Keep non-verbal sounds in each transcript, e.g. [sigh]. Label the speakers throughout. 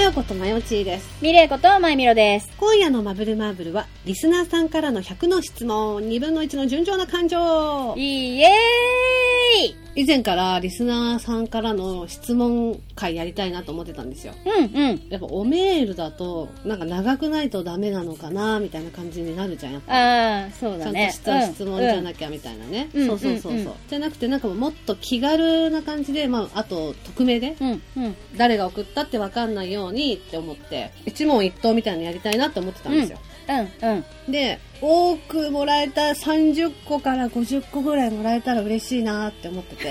Speaker 1: よことまよちいです。
Speaker 2: ミレイことまいみろです。
Speaker 1: 今夜のマブルマーブルは、リスナーさんからの100の質問、2分の1の順調な感情。
Speaker 2: イエ
Speaker 1: 以前からリスナーさんからの質問会やりたいなと思ってたんですよ。
Speaker 2: ーイうんうん。
Speaker 1: やっぱおメールだと、なんか長くないとダメなのかな、みたいな感じになるじゃん、やっぱ。
Speaker 2: ああ、そう
Speaker 1: ち
Speaker 2: だ
Speaker 1: ゃんと
Speaker 2: ね。
Speaker 1: した質問じゃ
Speaker 2: く
Speaker 1: なきゃみたいなね。
Speaker 2: うん
Speaker 1: そうそうそうそう、
Speaker 2: うんうんうん
Speaker 1: じゃなくて、なんかもっと気軽な感じで、まあ、あと、匿名で、
Speaker 2: うんうんうん。
Speaker 1: 誰が送ったってわかんないようにって思って、一問一答みたいなのやりたいなって思ってたんですよ。
Speaker 2: うんうん。
Speaker 1: で、多くもらえた30個から50個ぐらいもらえたら嬉しいなって思って
Speaker 2: [laughs]
Speaker 1: て。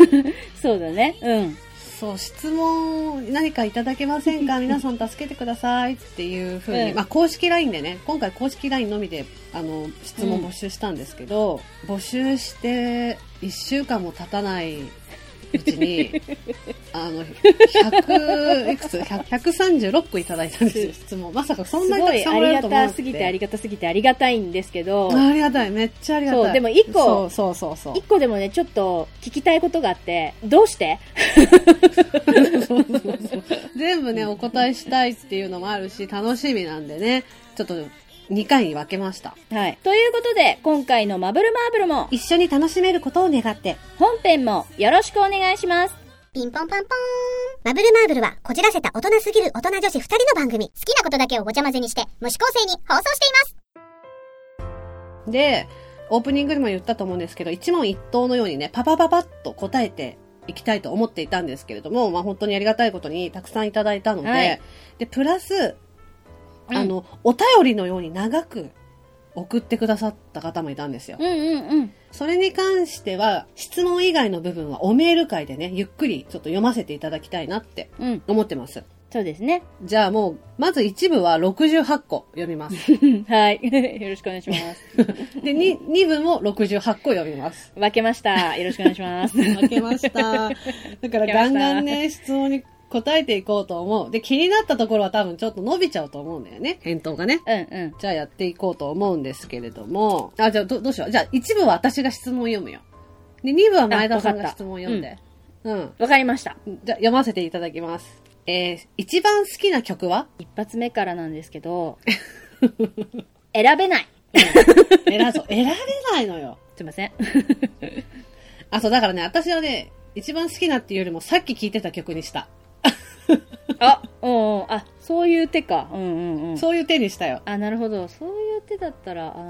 Speaker 2: そうだね。うん。
Speaker 1: そう、質問何かいただけません
Speaker 2: [laughs]
Speaker 1: か皆さん助けてくださいっていうふうに、
Speaker 2: うん
Speaker 1: まあ公式 LINE でね、今回公式 LINE のみで、あの、質問募集したんですけど、募集して1週間も経たないうち
Speaker 2: [laughs]
Speaker 1: に、あの、100、いくつ ?100 136個いただいたんですよ、質問。まさかそん
Speaker 2: す
Speaker 1: なにた
Speaker 2: ご
Speaker 1: く
Speaker 2: い
Speaker 1: さん
Speaker 2: あ
Speaker 1: もらえ
Speaker 2: り
Speaker 1: ると
Speaker 2: が
Speaker 1: 思わ
Speaker 2: た
Speaker 1: なく
Speaker 2: す
Speaker 1: て。
Speaker 2: ぎてありがたすぎてありがたいんですけど、
Speaker 1: ありがたい、めっちゃありがたい。
Speaker 2: そうでも一個
Speaker 1: そうそうそうそう。
Speaker 2: 一個でもね、ちょっと聞きたいことがあって、どうして
Speaker 1: 全部ね、お答えしたいっていうのもあるし、楽しみなんでね、ちょっと2回に分けました。
Speaker 2: はい。ということで、今回のマブルマーブルも、
Speaker 1: 一緒に楽しめることを願って。
Speaker 2: 本編もよろしくお願いします。
Speaker 3: ピンポンパンポーン。マブルマーブルは、こじらせた大人すぎる大人女子二人の番組。好きなことだけをごちゃ混ぜにして、無視構成に放送しています。
Speaker 1: で、オープニングでも言ったと思うんですけど、一問一答のようにね、パパパパッと答えていきたいと思っていたんですけれども、まあ本当にありがたいことにたくさんいただいたので、
Speaker 2: はい
Speaker 1: で、プラス、
Speaker 2: うん
Speaker 1: あの、お便りのように長く送ってくださった方もいたんですよ。
Speaker 2: うんうんうん。
Speaker 1: それに関しては、質問以外の部分はおメール会でね、ゆっくりちょっと読ませていただきたいなって
Speaker 2: うん。
Speaker 1: 思ってます。
Speaker 2: そうですね。
Speaker 1: じゃあもう、まず一部は68個読み [laughs] ます。
Speaker 2: はい。 [laughs] よろしくお願いします。
Speaker 1: で、二二部も68個読みます。
Speaker 2: 分けました。よろしくお願い
Speaker 1: [laughs]
Speaker 2: します。
Speaker 1: 負けました。だからガンガンね、質問に答えていこうと思う。で、気になったところは多分ちょっと伸びちゃうと思うんだよね。返答がね。
Speaker 2: うんうん。
Speaker 1: じゃあやっていこうと思うんですけれども。あ、じゃあどどうしよう。じゃあ一部は私が質問読むよ。で、二部は前田さん
Speaker 2: あわ
Speaker 1: が
Speaker 2: かった
Speaker 1: 質問読んで。うん。
Speaker 2: わかりました。
Speaker 1: じゃあ読ませていただきます。えー、一番好きな曲は
Speaker 2: 一発目からなんですけど、選べない。
Speaker 1: 選そう。選べないのよ。
Speaker 2: すいません。
Speaker 1: あ、そう、だからね、私はね、一番好きなっていうよりも、さっき聴いてた曲にした。
Speaker 2: [laughs] あ、おうおうあ、そういう手か。うんうんうん。
Speaker 1: そういう手にしたよ。
Speaker 2: あ、なるほど。そういう手だったら、あ
Speaker 1: う
Speaker 2: ーうん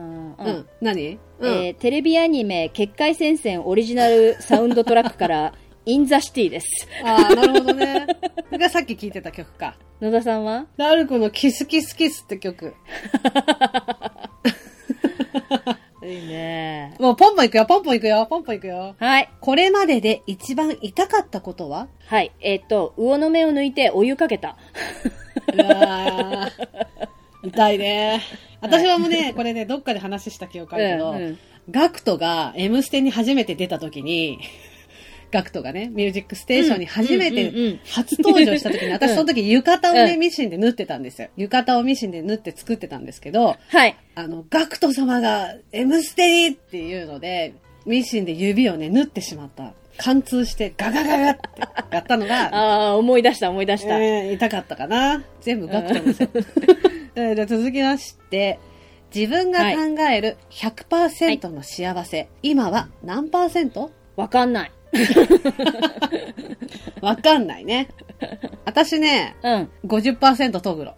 Speaker 1: ん。何うん。
Speaker 2: えーテレビアニメ、結界戦線オリジナルサウンドトラック [laughs] から、インザシティです。
Speaker 1: ああ、なるほどね。 [laughs] がさっき聴いてた曲か。
Speaker 2: 野田さんは
Speaker 1: ダルクのキスキスキスって曲。
Speaker 2: いいね
Speaker 1: もうポンポンいくよ、ポンポンいくよ、ポンポンいくよ。
Speaker 2: はい。
Speaker 1: これまでで一番痛かったことは
Speaker 2: はい。えっ、と、魚の目を抜いてお湯かけた。
Speaker 1: うわー痛いね。私はもうね、これね、どっかで話した記憶あるけど、
Speaker 2: うんうん
Speaker 1: ガクトが M ステに初めて出た時に、ガクトがね、ミュージックステーションに初め
Speaker 2: うんうんうんう
Speaker 1: て
Speaker 2: ん、
Speaker 1: 初登場した時に、私その時浴衣をね、
Speaker 2: うん
Speaker 1: ミシンで縫ってたんですよ。浴衣をミシンで縫って作ってたんですけど、
Speaker 2: [laughs] はい。
Speaker 1: あの、ガクト様が M ステにっていうので、ミシンで指をね、縫ってしまった。貫通してガガガガってやったの
Speaker 2: [laughs]
Speaker 1: が、
Speaker 2: ああ、思い出した、思い出した。
Speaker 1: えー痛かったかな。全部ガクトのせい。 [laughs] えーじゃあ続きまして、自分が考える100%の幸せ、今は何パーセント
Speaker 2: わかんない。
Speaker 1: わかんないね。私ね、
Speaker 2: うん。
Speaker 1: 50%トグロ。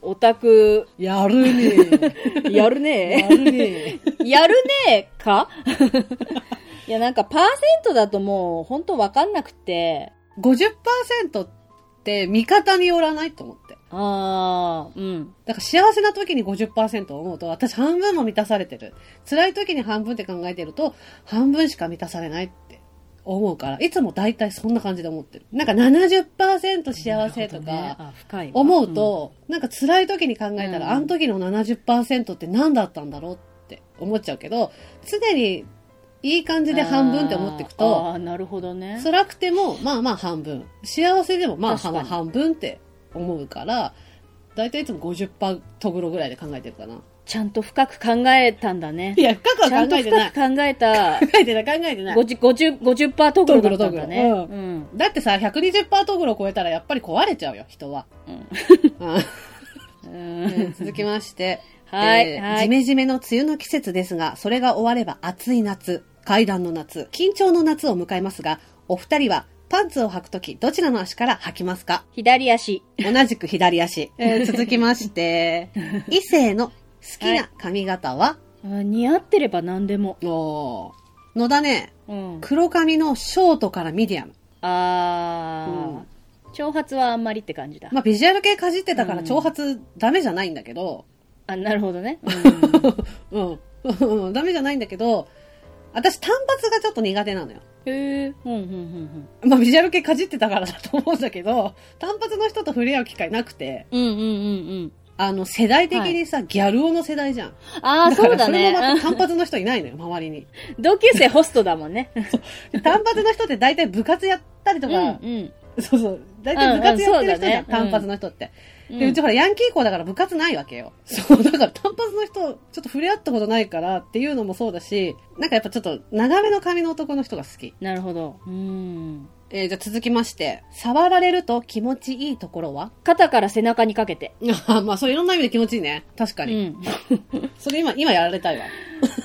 Speaker 2: オタク、
Speaker 1: やる [laughs] ね。
Speaker 2: [laughs] やるね
Speaker 1: やるね。
Speaker 2: [laughs] やるねえか [laughs] いや、なんか、パーセントだともう、本当わかんなくて、
Speaker 1: 50%って味方によらないと思って。
Speaker 2: ああ、うん。
Speaker 1: だから幸せな時に50%を思うと、私半分も満たされてる。辛い時に半分って考えてると、半分しか満たされないって思うから、いつも大体そんな感じで思ってる。なんか70%幸せとか、
Speaker 2: あ、深いわ。
Speaker 1: 思うと、なんか辛い時に考えたら、
Speaker 2: うん
Speaker 1: あの時の70%って何だったんだろうって思っちゃうけど、常にいい感
Speaker 2: う
Speaker 1: じ
Speaker 2: ん、
Speaker 1: で半分って思っていく
Speaker 2: あ
Speaker 1: と、
Speaker 2: ーあー、なるほどね。
Speaker 1: 辛くても、まあまあ半分。幸せでも、まあ
Speaker 2: 確かに
Speaker 1: 半分って思うから、だいたいいつも50%トグロぐらいで考えてるかな。
Speaker 2: ちゃんと深く考えたんだね
Speaker 1: い。や、深くは
Speaker 2: ちゃん
Speaker 1: 考
Speaker 2: と
Speaker 1: えてな
Speaker 2: 深
Speaker 1: い。
Speaker 2: く
Speaker 1: 考
Speaker 2: 考えた、 [laughs]
Speaker 1: えてない、考えてない。
Speaker 2: 50、50、50%トグロだったんだね。
Speaker 1: トグロトグ
Speaker 2: うん。
Speaker 1: だってさ、120%トグロを超えたらやっぱり壊れちゃうよ、人は。
Speaker 2: うん
Speaker 1: [laughs] うん
Speaker 2: うん
Speaker 1: えー続きまして。
Speaker 2: はい
Speaker 1: えー
Speaker 2: はい
Speaker 1: ジメジメの梅雨の季節ですが、それが終われば暑い夏、階段の夏、緊張の夏を迎えますが、お二人はパンツを履くとき、どちらの足から履きますか
Speaker 2: 左足。
Speaker 1: 同じく左足。えー続きまして、 [laughs] 異性の好きな髪型は、
Speaker 2: あ似合ってれば何でも。
Speaker 1: おー野田ね、
Speaker 2: うん。
Speaker 1: 黒髪のショートからミディアム。
Speaker 2: あー。長髪はあんまりって感じだ。
Speaker 1: まあ、ビジュアル系かじってたから
Speaker 2: うん
Speaker 1: 長髪ダメじゃないんだけど、
Speaker 2: あ、なるほどね。うん
Speaker 1: [laughs] うん。うんダメじゃないんだけど、私単発がちょっと苦手なのよ。
Speaker 2: へえ。うんうんうん
Speaker 1: まあ、ビジュアル系かじってたからだと思うんだけど、単発の人と触れ合う機会なくて、
Speaker 2: うん。うんうんうんうん。
Speaker 1: あの、世代的にさ、ギャル男の世代じゃん。
Speaker 2: あー、
Speaker 1: から
Speaker 2: そうだね
Speaker 1: そ。れもまた単発の人いないのよ、周りに。
Speaker 2: うん同級生ホストだもんね。
Speaker 1: で単発の人って大体部活やったりと
Speaker 2: うん
Speaker 1: か、
Speaker 2: うん。
Speaker 1: そうそう。大体部活やってる人じゃん、
Speaker 2: うんうんそうだね
Speaker 1: 単発の人って。
Speaker 2: うん
Speaker 1: で、うちほら、ヤンキー校だから部活ないわけよ。そう、だから単発の人、ちょっと触れ合ったことないからっていうのもそうだし、なんかやっぱちょっと長めの髪の男の人が好き。
Speaker 2: なるほど。うん。
Speaker 1: えーじゃあ続きまして、触られると気持ちいいとこ
Speaker 2: [laughs]
Speaker 1: ろは
Speaker 2: 肩から背中にかけて。
Speaker 1: あまあ、そういろんな意味で気持ちいいね。確か
Speaker 2: う
Speaker 1: に。
Speaker 2: ん。
Speaker 1: それ今、今やられたいわ。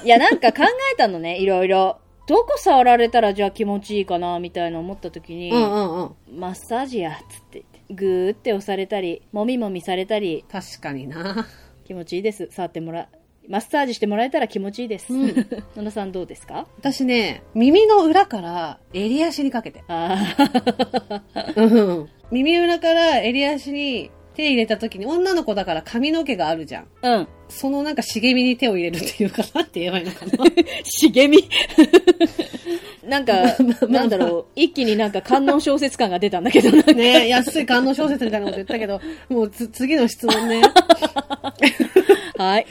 Speaker 2: いや、なんか考えたのね、い [laughs] ろいろ。どこ触られたらじゃあ気持ちいいかな、みたいな思った時に、
Speaker 1: うんうんうん。
Speaker 2: マッサージや、つって言って。ぐーって押されたり、もみもみされたり、
Speaker 1: 確かにな。
Speaker 2: 気持ちいいです。触ってもら、マッサージしてもらえたら気持ちいいです。
Speaker 1: うん
Speaker 2: [laughs] 野田さんどうで
Speaker 1: [laughs]
Speaker 2: すか
Speaker 1: 私ね、耳の裏から襟足にかけて。
Speaker 2: あー
Speaker 1: うんうん。耳裏から襟足に手入れた時に、女の子だから髪の毛があるじゃん。
Speaker 2: うん。
Speaker 1: そのなんか茂みに手を入れるっていうかなって言えばいいのかな。
Speaker 2: 茂み。 [laughs] なんか、
Speaker 1: あ [laughs] まあ
Speaker 2: なんだろう、一気になんか観音小説感が出たんだ
Speaker 1: [laughs]
Speaker 2: けど、なんか
Speaker 1: ね安い観音小説みたいなこと言ったけど、もうつ次の質問 [laughs] ね。
Speaker 2: はい。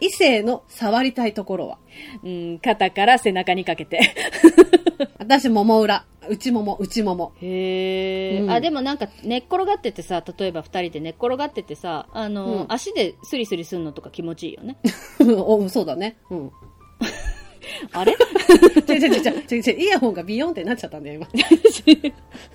Speaker 1: 異性の触りたいところは
Speaker 2: [laughs] うん、肩から背中にか
Speaker 1: [laughs]
Speaker 2: けて。
Speaker 1: 私、桃裏。内もも、内もも。
Speaker 2: へえ、
Speaker 1: うん
Speaker 2: あでもなんか寝っ転がっててさ例えば2人で寝っ転がっててさあの、
Speaker 1: うん
Speaker 2: 足でスリスリするのとか気持ちいいよね
Speaker 1: [laughs] おそうだね。 [laughs] うん。
Speaker 2: あれ
Speaker 1: [laughs] 違う違う違う違う違う。イヤホンがビヨンってなっちゃったんだよ、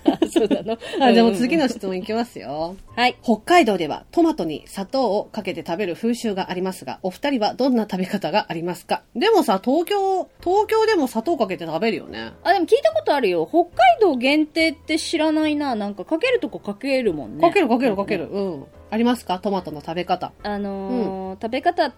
Speaker 1: 今。
Speaker 2: あそうな [laughs] の
Speaker 1: [laughs] あ、じゃあもう次
Speaker 2: の
Speaker 1: の質問いきますよ。
Speaker 2: はい
Speaker 1: 北海道ではトマトに砂糖をかけて食べる風習がありますが、お二人はどんな食べ方がありますかでもさ、東京、東京でも砂糖かけて食べるよね。
Speaker 2: あでも聞いたことあるよ北海道限定って知らないななんかかけるとこかけるもんね
Speaker 1: かけるかけるかける。うん。ありますかトマトの食べ方。
Speaker 2: あのー食べ方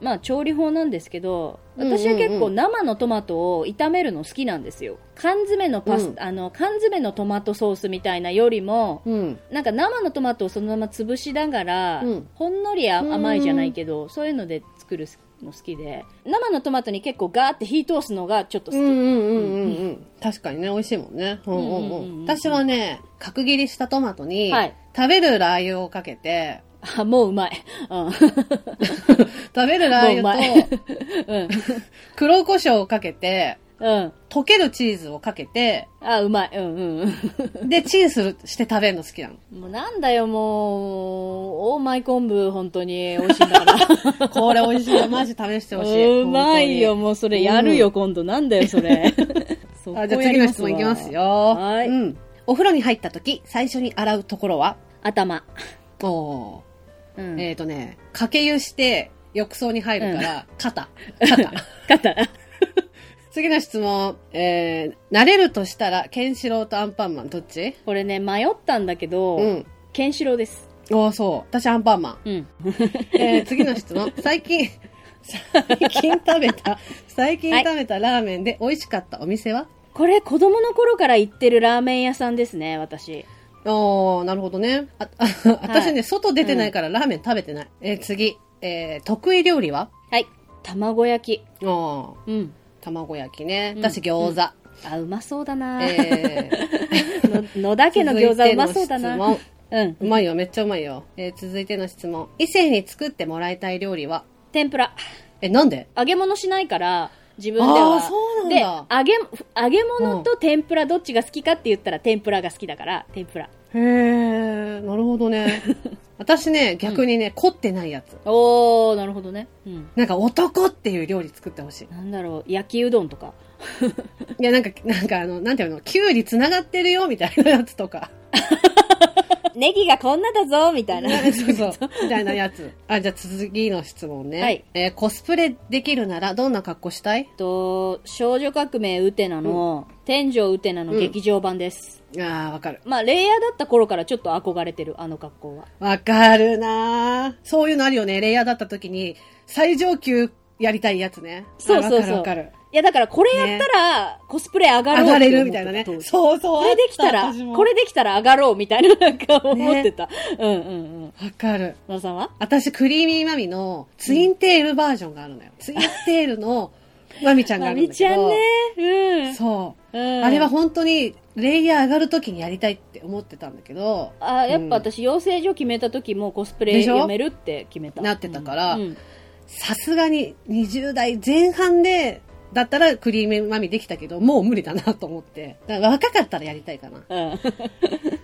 Speaker 2: まあ調理法なんですけど
Speaker 1: うんうんうん
Speaker 2: 私は結構生のトマトを炒めるの好きなんですよ缶詰のパス、
Speaker 1: うん
Speaker 2: あの缶詰のトマトソースみたいなよりも
Speaker 1: うん。
Speaker 2: なんか生のトマトをそのまま潰しながら、
Speaker 1: うん
Speaker 2: ほんのりあ
Speaker 1: うん
Speaker 2: 甘いじゃないけどそういうので作るの好きで生のトマトに結構ガーって火通すのがちょっと好
Speaker 1: う
Speaker 2: き、
Speaker 1: んうんうんうんうん。確かにね、美味しいもんね。うんうん
Speaker 2: うんう
Speaker 1: うん
Speaker 2: うんう
Speaker 1: ん。
Speaker 2: ん
Speaker 1: 私はね、角切りしたトマトに、
Speaker 2: はい
Speaker 1: 食べるラー油をかけて、
Speaker 2: あもううまい、うん、 [laughs]
Speaker 1: 食べるラー
Speaker 2: もう
Speaker 1: 油
Speaker 2: う
Speaker 1: と
Speaker 2: うん
Speaker 1: [laughs] 黒胡椒をかけて、
Speaker 2: うん
Speaker 1: 溶けるチーズをかけて、
Speaker 2: あうまいうんうん
Speaker 1: で、チンする、して食べるの好きなの。
Speaker 2: うんもうなんだよもうオーマイ昆布本当に美味しいんだから
Speaker 1: これ美味しいよ。マジ試してほしい。
Speaker 2: うまいよもうそれやるよ、今度なんだよそ
Speaker 1: [laughs]
Speaker 2: れ
Speaker 1: 本当
Speaker 2: そこ
Speaker 1: に。あじゃあ
Speaker 2: や
Speaker 1: 次
Speaker 2: り
Speaker 1: の
Speaker 2: わ
Speaker 1: 質問いきますよ。
Speaker 2: はい
Speaker 1: うん。お風呂に入った時、最初に洗うところは
Speaker 2: 頭、
Speaker 1: おお
Speaker 2: うん
Speaker 1: ー。えっ、ー、とね、かけ湯して、浴槽に入るから、肩。 [laughs] 肩。
Speaker 2: [laughs] 肩
Speaker 1: 次の質問。えー、慣れるとしたら、ケンシロウとアンパンマン、どっち
Speaker 2: これね迷ったんだけど、
Speaker 1: うん。
Speaker 2: ケンシロウです
Speaker 1: おー、そう。私アンパンマン。
Speaker 2: うん
Speaker 1: え
Speaker 2: [laughs]
Speaker 1: ー、次の質問。最近、最近食べた、最近食べたラーメンで美味しかったお店は、
Speaker 2: これ子供の頃から行ってるラーメン屋さんですね私
Speaker 1: ああ、なるほどね。あ、あ私ね、外出てないからラーメン食べてない。えー次。えー得意料理は
Speaker 2: はい卵焼
Speaker 1: ああ、
Speaker 2: きうん
Speaker 1: 卵焼きね。
Speaker 2: うん
Speaker 1: 私餃子。
Speaker 2: あうまそうだな、
Speaker 1: え
Speaker 2: [laughs] の野田家の餃子うまそうだな
Speaker 1: 続いての質
Speaker 2: うん
Speaker 1: うまいよ、めっちゃうまいよ。えー続いての質問。異性に作ってもらいたい料理は
Speaker 2: 天ぷら
Speaker 1: え、なんで
Speaker 2: 揚げ物しないから自分で
Speaker 1: あ
Speaker 2: は
Speaker 1: ーそうなん
Speaker 2: で揚げ揚げ物と天ぷらどっちが好きかって言ったら天ぷらが好きだから天ぷら
Speaker 1: [laughs] へえ、なるほどね。私ね、逆にね、凝ってないやつ。
Speaker 2: おー、なるほどね。うん。
Speaker 1: なんか男っていう料理作ってほしい。
Speaker 2: なんだろう、焼きうどんとか。
Speaker 1: いや、なんか、なんかあの、なんていうの、キュウリ繋がってるよ、みたいなやつとか。
Speaker 2: [laughs] ネギがこんなだぞみた [laughs] いな。
Speaker 1: [laughs] そうそう。みたいなやつ。あ、じゃあ次の質問ね。
Speaker 2: はい
Speaker 1: えーコスプレできるならどんな格好したい
Speaker 2: えっと、少女革命ウテナの、天井ウテナの劇場版です。
Speaker 1: あー、わかる。
Speaker 2: まあ、レイヤーだった頃からちょっと憧れてる、あの格好は。
Speaker 1: わかるなーそういうのあるよね。レイヤーだった時に、最上級やりたいやつね。
Speaker 2: そうそうそう
Speaker 1: あわかるわか
Speaker 2: いや、だからこれやったら、コスプレ上がろ
Speaker 1: る。
Speaker 2: う
Speaker 1: 上
Speaker 2: って思
Speaker 1: が
Speaker 2: って
Speaker 1: れ
Speaker 2: た
Speaker 1: るみたいなね
Speaker 2: 当。時
Speaker 1: そうそう。
Speaker 2: これできた
Speaker 1: あ
Speaker 2: ら
Speaker 1: っ、私も
Speaker 2: これできたら上がろうみたいななんか思ってた。うんうんうん。
Speaker 1: わかる。
Speaker 2: 野田さんは
Speaker 1: 私、クリーミーマミのツインテールバージョンがあるのよ。ツインテールのマミちゃんがあ
Speaker 2: ま
Speaker 1: るん
Speaker 2: み
Speaker 1: だ
Speaker 2: ち
Speaker 1: け
Speaker 2: ゃん
Speaker 1: ど。
Speaker 2: ね。うん。
Speaker 1: そう。
Speaker 2: うん
Speaker 1: あれは本当に、レイヤー上がるときにやりたいって思ってたんだけど、
Speaker 2: あやっぱ私、養成所決めた時もコスプレ
Speaker 1: でしょ
Speaker 2: やめるって決めた。
Speaker 1: なってたから
Speaker 2: うんうん
Speaker 1: さすがに20代前半で、だったらクリーミーマミできたけど、もう無理だなと思って。だから若かったらやりたいかな。
Speaker 2: うん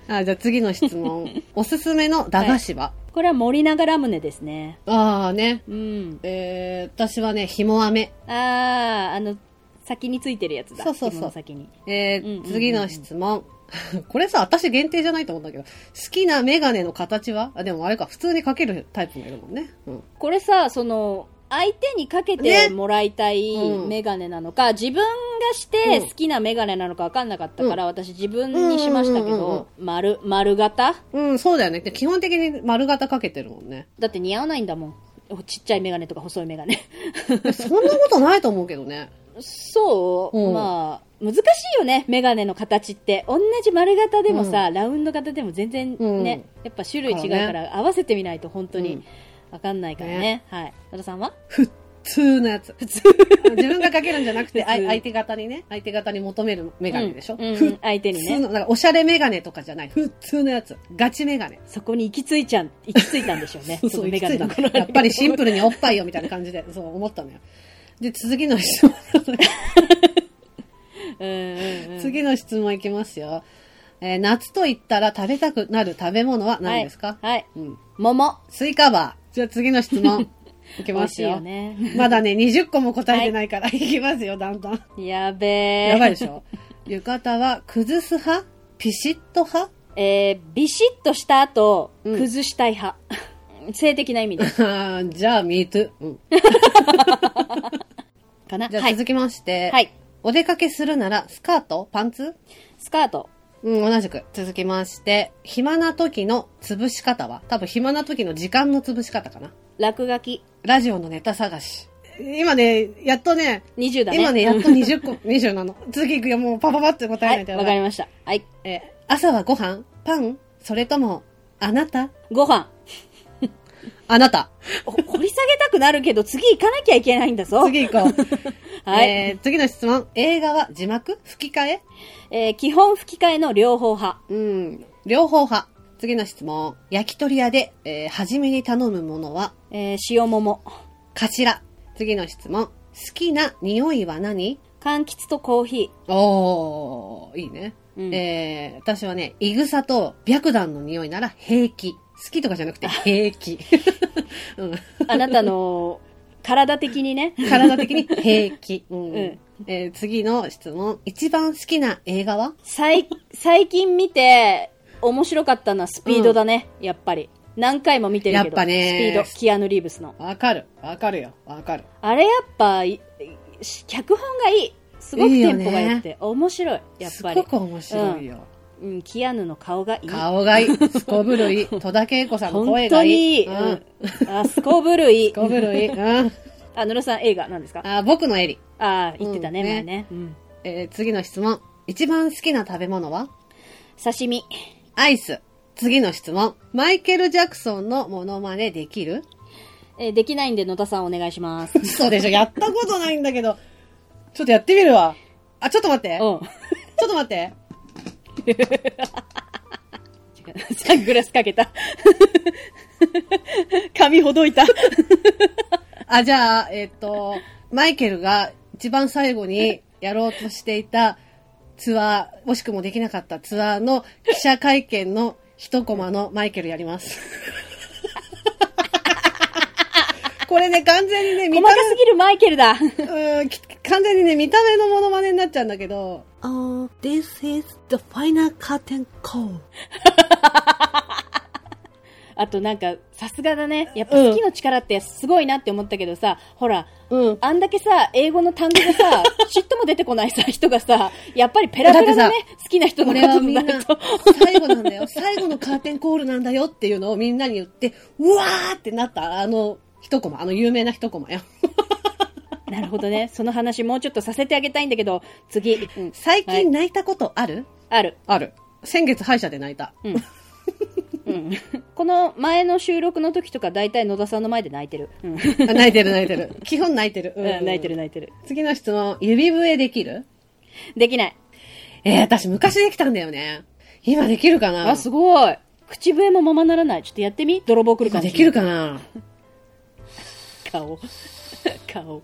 Speaker 2: [laughs]
Speaker 1: あじゃあ次の質問。おすすめの駄菓子は、
Speaker 2: これは森永ラムネですね。
Speaker 1: ああね。
Speaker 2: うん。
Speaker 1: えー、私はね、ひも飴。
Speaker 2: あー、あの、先についてるやつだ。
Speaker 1: そうそうそう
Speaker 2: 紐の先に。
Speaker 1: えー
Speaker 2: うんうんうんうん
Speaker 1: 次の質問。 [laughs] これさ、私限定じゃないと思うんだけど、好きなメガネの形はあ、でもあれか、普通にかけるタイプもいるもんね。うん。
Speaker 2: これさ、その、相手にかけて
Speaker 1: ね
Speaker 2: もらいたい
Speaker 1: うん
Speaker 2: メガネなのか、自分がして好きなメガネなのか分かんなかったから、私自分にしましたけ
Speaker 1: うんうんうんうん
Speaker 2: ど、丸、丸型
Speaker 1: うん、そうだよね。で基本的に丸型かけてるもんね。
Speaker 2: だって似合わないんだもん。おちっちゃいメガネとか細いメガネ。
Speaker 1: そんなことないと思うけどね。
Speaker 2: そう、
Speaker 1: うん
Speaker 2: まあ、難しいよね、メガネの形って。同じ丸型でもさ、ラウンド型でも全然ね、やっぱ種類違うか、
Speaker 1: から
Speaker 2: 合わせてみないと本当
Speaker 1: う
Speaker 2: に
Speaker 1: ん
Speaker 2: わかんないからね。はい。野田さんは
Speaker 1: 普通のやつ。普通。自分がかけるんじゃなくて、あい
Speaker 2: 普通
Speaker 1: 相手方にね、相手方に求めるメガネでしょ。
Speaker 2: うんうん
Speaker 1: 普
Speaker 2: 相手に
Speaker 1: 通
Speaker 2: ね。
Speaker 1: の、だからおしゃれメガネとかじゃない。普通のやつ。ガチメガネ。
Speaker 2: そこに行き着いちゃん、行き着いたんでしょう
Speaker 1: [laughs]
Speaker 2: ね。
Speaker 1: そうそ
Speaker 2: の
Speaker 1: う、
Speaker 2: メ
Speaker 1: 行き着いた
Speaker 2: ガネの
Speaker 1: の
Speaker 2: この
Speaker 1: やっぱりシンプルにおっぱいよみたいな感じで、そう思ったのよ。で、次の質問。
Speaker 2: うんうんうん
Speaker 1: 次の質問いきますよ。えー夏と言ったら食べたくなる食べ物は何ですか、
Speaker 2: はい。はい
Speaker 1: うん。
Speaker 2: 桃。
Speaker 1: スイカバー。じゃあ次の質 [laughs] 問。いき
Speaker 2: 美
Speaker 1: ま
Speaker 2: 味し
Speaker 1: す
Speaker 2: い
Speaker 1: よ。
Speaker 2: よね。
Speaker 1: まだね、20個も答えてないから、い、きますよ、だんだん。
Speaker 2: やべえ。
Speaker 1: やばいでしょ浴衣は崩す派ピシッと派 [laughs]
Speaker 2: えー、ビシッとした後、
Speaker 1: うん
Speaker 2: 崩したい派。 [laughs] 性的な意味で。
Speaker 1: あーじゃあ、ミートゥー。うん
Speaker 2: かな。
Speaker 1: じゃ
Speaker 2: は
Speaker 1: あ
Speaker 2: い。
Speaker 1: 続きまして、
Speaker 2: はい。
Speaker 1: お出かけするならスカートパンツ
Speaker 2: スカート。
Speaker 1: うん、同じく。続きまして、暇な時の潰し方は多分暇な時の時間の潰し方かな。
Speaker 2: 落書き。
Speaker 1: ラジオのネタ探し。今ね、やっとね、
Speaker 2: 20だね。
Speaker 1: 今ね、やっと20個、20なの。 [laughs] 次行くよ、もうパパパって答えないと
Speaker 2: は
Speaker 1: や
Speaker 2: い、
Speaker 1: ば
Speaker 2: わ
Speaker 1: い
Speaker 2: かりました。はい。
Speaker 1: えー朝はご飯パンそれとも、あなた
Speaker 2: ご飯。
Speaker 1: あなた。
Speaker 2: お [laughs] 掘り下げたくなるけど、次行かなきゃいけないんだぞ。
Speaker 1: 次行こう。
Speaker 2: はい。え
Speaker 1: えー次の質問。映画は字幕吹き替え
Speaker 2: ー基本吹き替えの両方派。
Speaker 1: うん。両方派。次の質問。焼き鳥屋で、えー初めに頼むものは、
Speaker 2: えー塩桃。
Speaker 1: 頭。次の質問。好きな匂いは何
Speaker 2: 柑橘とコーヒ
Speaker 1: おー、いいね。
Speaker 2: ー。うん。
Speaker 1: えー、私はね、イグサと白檀の匂いなら平気。好きとかじゃなくて平気。うん、
Speaker 2: あなたの、体的にね。
Speaker 1: 体的に平気。うん
Speaker 2: うん
Speaker 1: えー次の質問。一番好きな映画は
Speaker 2: 最、最近見て、面白かったのはスピードだね。やっぱり。何回も見てるけど。
Speaker 1: やっぱね
Speaker 2: スピード。キアヌ・リーブスの。
Speaker 1: わかる。わかるよ。わかる。
Speaker 2: あれやっぱ、いし脚本がいい。すごく
Speaker 1: いい
Speaker 2: テ
Speaker 1: よ
Speaker 2: ン
Speaker 1: ね
Speaker 2: ポが良くて。面白い。やっぱり
Speaker 1: す。ごく面白いよ。
Speaker 2: うん、キアヌの顔がいい。
Speaker 1: 顔がいい。すこぶるい。戸田恵子さんの
Speaker 2: 本
Speaker 1: 声
Speaker 2: 当
Speaker 1: が
Speaker 2: に
Speaker 1: いい。
Speaker 2: う
Speaker 1: うん
Speaker 2: ん。あ、すこぶるい
Speaker 1: す。こぶるい。うん。
Speaker 2: あ、野呂さん映画なんですか
Speaker 1: あ、僕のエリ。
Speaker 2: あー言ってたね、
Speaker 1: うんね
Speaker 2: 前ね。うん。
Speaker 1: えー次の質問。一番好きな食べ物は
Speaker 2: 刺身。
Speaker 1: アイス。次の質問。マイケル・ジャクソンのモノマネできる
Speaker 2: えーできないんで野田さんお願いしま
Speaker 1: [laughs]
Speaker 2: す。う
Speaker 1: 嘘でしょやったことないんだけど。ちょっとやってみるわ。あ、ちょっと待って。ちょっ
Speaker 2: ん。 [laughs]
Speaker 1: と待って。
Speaker 2: サングラスかけた。 [laughs] 髪ほどいた。
Speaker 1: あ、じゃあ、えっ、と、マイケルが一番最後にやろうとしていたツアー、もしくもできなかったツアーの記者会見の一コマのマイケルやります。これね、完全にね、見
Speaker 2: 細
Speaker 1: た
Speaker 2: かすぎるマイケルだ。 [laughs]
Speaker 1: 目、うんき完全にね、見た目のモノマネになっちゃうんだけど、
Speaker 4: Oh, this is the final curtain call.
Speaker 2: あとなんか、さすがだね。やっぱ好きの力ってすごいなって思ったけどさ、ほら、
Speaker 1: うん。
Speaker 2: あんだけさ、英語の単語が
Speaker 1: [laughs]
Speaker 2: さ、ちっとも出てこないさ、人がさ、やっぱりペラペラだね
Speaker 1: だっ。
Speaker 2: 好きな人の
Speaker 1: こ
Speaker 2: こ
Speaker 1: れは
Speaker 2: と
Speaker 1: み
Speaker 2: に
Speaker 1: ん
Speaker 2: な
Speaker 1: な
Speaker 2: ると。、
Speaker 1: [laughs] 最後なんだよ。最後のカーテンコールなんだよっていうのをみんなに言って、うわーってなった、あの、一コマ、あの有名な一コマよ。 [laughs]
Speaker 2: なるほどね。そ [laughs] の話もうちょっとさせてあげたいんだけど、次。うん、
Speaker 1: 最
Speaker 2: はい
Speaker 1: 近泣いたことある、
Speaker 2: ある。
Speaker 1: ある。先月歯医者で泣いた。
Speaker 2: うん。 [laughs] この前の収録の時とか、だいたい野田さんの前で泣いてる。うん。
Speaker 1: あ泣いてる泣いて
Speaker 2: [laughs]
Speaker 1: る。基本泣いてる。う
Speaker 2: うん泣いてる。泣いてる。
Speaker 1: 次の質問、指笛できる
Speaker 2: できない。
Speaker 1: えー、私昔できたんだよね。今できるかな
Speaker 2: あ、すごい。口笛もままならない。ちょっとやってみ泥棒来るか
Speaker 1: 今
Speaker 2: も
Speaker 1: で
Speaker 2: しれない
Speaker 1: きるかな
Speaker 2: 顔。 [laughs] 顔。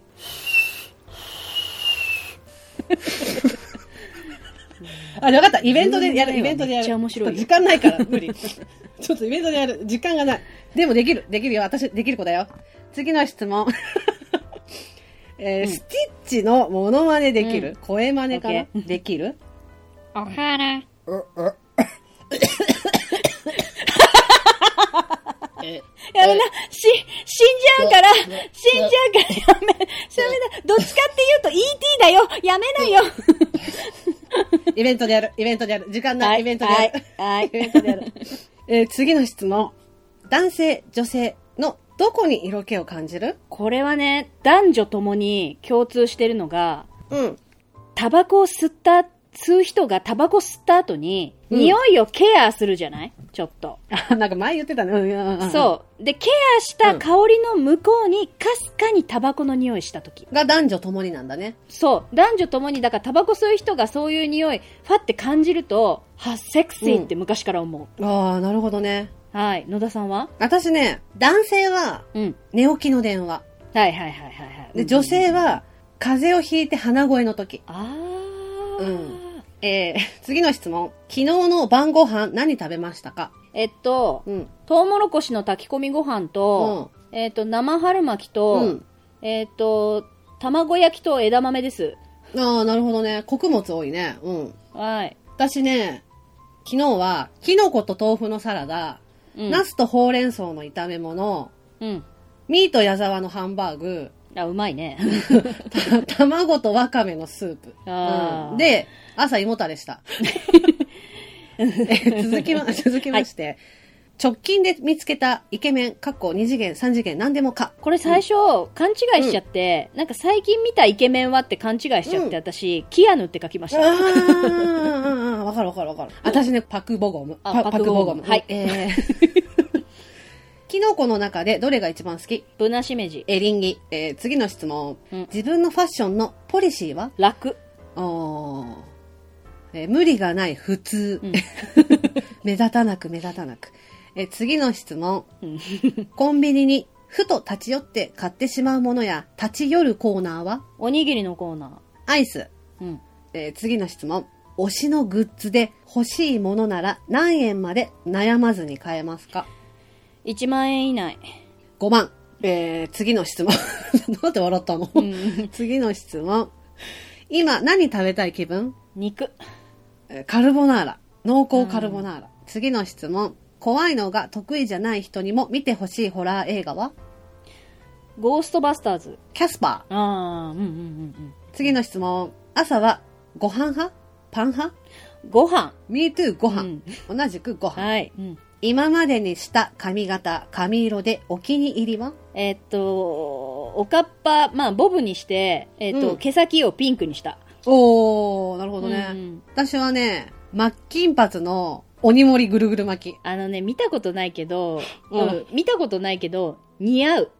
Speaker 1: あ、わかった。イベントでやる、
Speaker 2: うん
Speaker 1: イベントでやる。
Speaker 2: めっちゃ面白い
Speaker 1: 時間ない [laughs] から、無理。ちょっとイベントでやる。時間がない。でもできる。できるよ。私、できる子だよ。次の質問。 [laughs] えースティッチのモノマネできる、声マネかな、
Speaker 2: オ
Speaker 1: できる
Speaker 2: おはら。
Speaker 1: え
Speaker 2: やめな、し、死んじゃうから、死んじゃうから、やめ、やめな、どっちかっていうと ET だよ、やめなよ。
Speaker 1: イベントでやる。イベントでやる。時間ない。イベントでやる。
Speaker 2: はい
Speaker 1: [laughs]
Speaker 2: はい
Speaker 1: イベントでやる。えー次の質問。男性、女性のどこに色気を感じる
Speaker 2: これはね、男女ともに共通してるのが、
Speaker 1: うん。
Speaker 2: タバコを吸った、吸う人がタバコ吸った後に、
Speaker 1: うん
Speaker 2: 匂いをケアするじゃないちょっと。
Speaker 1: あなんか前言ってたね。うんうんうん、
Speaker 2: そう。で、ケアした香りの向こうに、かすかにタバコの匂いした時。
Speaker 1: が男女ともになんだね。
Speaker 2: そう。男女ともに、だからタバコ吸う人がそういう匂い、ファって感じると、は、セクシーって昔から思う。
Speaker 1: ああ、なるほどね。
Speaker 2: はい。野田さんは
Speaker 1: 私ね、男性は
Speaker 2: うん。
Speaker 1: 寝起きの電話。
Speaker 2: はいはいはいはいはい。
Speaker 1: で、
Speaker 2: うん
Speaker 1: 女。性は風邪をひいて鼻声の時。
Speaker 2: ああ。
Speaker 1: うんえー、 [laughs] 次の質問。昨日の晩ご飯何食べましたか
Speaker 2: えっと、
Speaker 1: うん。
Speaker 2: トウモロコシの炊き込みご飯と、えっと、生春巻きと、
Speaker 1: うん
Speaker 2: えっと、卵焼きと枝豆です。
Speaker 1: ああ、なるほどね。穀物多いね。うん。
Speaker 2: はい。
Speaker 1: 私ね、昨日は、キノコと豆腐のサラダ、
Speaker 2: うん。
Speaker 1: ナスとほうれん草の炒め物、
Speaker 2: うん。
Speaker 1: ミート矢沢のハンバーグ、
Speaker 2: あ、うまいね。 [laughs]
Speaker 1: [laughs] た卵とわかめのスープ。
Speaker 2: あー
Speaker 1: うんで、朝胃もたれ
Speaker 2: [laughs]
Speaker 1: した。え続きま、続きまして、直近で見つけたイケメン、かっこ2次元、3次元、何でもか。
Speaker 2: これ最初、勘違いしちゃって、なんか最近見たイケメンはって勘違いしちゃって、
Speaker 1: うん
Speaker 2: 私、キアヌって書きまし
Speaker 1: あ
Speaker 2: た。
Speaker 1: ーわかるわかるわかる。私ね、パクボゴム。
Speaker 2: あ
Speaker 1: パ
Speaker 2: パクボゴムはい
Speaker 1: え
Speaker 2: [laughs]
Speaker 1: ーキノコの中でどれが一番好き
Speaker 2: ブナシメジ。
Speaker 1: エリンギ。えー次の質問、
Speaker 2: うん
Speaker 1: 自分のファッションのポリシーは
Speaker 2: 楽。
Speaker 1: おーえー無理がない普通、
Speaker 2: ん
Speaker 1: [laughs] 目立たなく目立たなくえー次の質問 [laughs] コンビニにふと立ち寄って買ってしまうものや立ち寄るコーナーは
Speaker 2: おにぎりのコーナ
Speaker 1: アイス、
Speaker 2: ー。うん。
Speaker 1: えー次の質問推しのグッズで欲しいものなら何円まで悩まずに買えますか
Speaker 2: 1万円以内。
Speaker 1: 5番、えー次の質問 [laughs] なんで笑ったの、
Speaker 2: ん
Speaker 1: [laughs] 次の質問今何食べたい気分
Speaker 2: 肉。
Speaker 1: えーカルボナーラ。濃厚カルボナーラ。次の質問。怖いのが得意じゃない人にも見てほしいホラー映画は
Speaker 2: ゴーストバスターズ。
Speaker 1: キャスパ
Speaker 2: ああ、うんうんうん
Speaker 1: ー。次の質問。朝はご飯派パン派
Speaker 2: うん。ご飯。
Speaker 1: ?MeToo ご飯、
Speaker 2: うん
Speaker 1: 同じくご飯、
Speaker 2: はい。うん、
Speaker 1: 今までにした髪型、髪色でお気に入りは
Speaker 2: えーっと、おかっぱ、まあ、ボブにして、えーっと、
Speaker 1: うん
Speaker 2: 毛先をピンクにした。
Speaker 1: おー、なるほどね。
Speaker 2: うん
Speaker 1: 私はね、真っ金髪の鬼盛りぐるぐる巻き。
Speaker 2: あのね、見たことないけど、
Speaker 1: うん
Speaker 2: うん見たことないけど、似合う。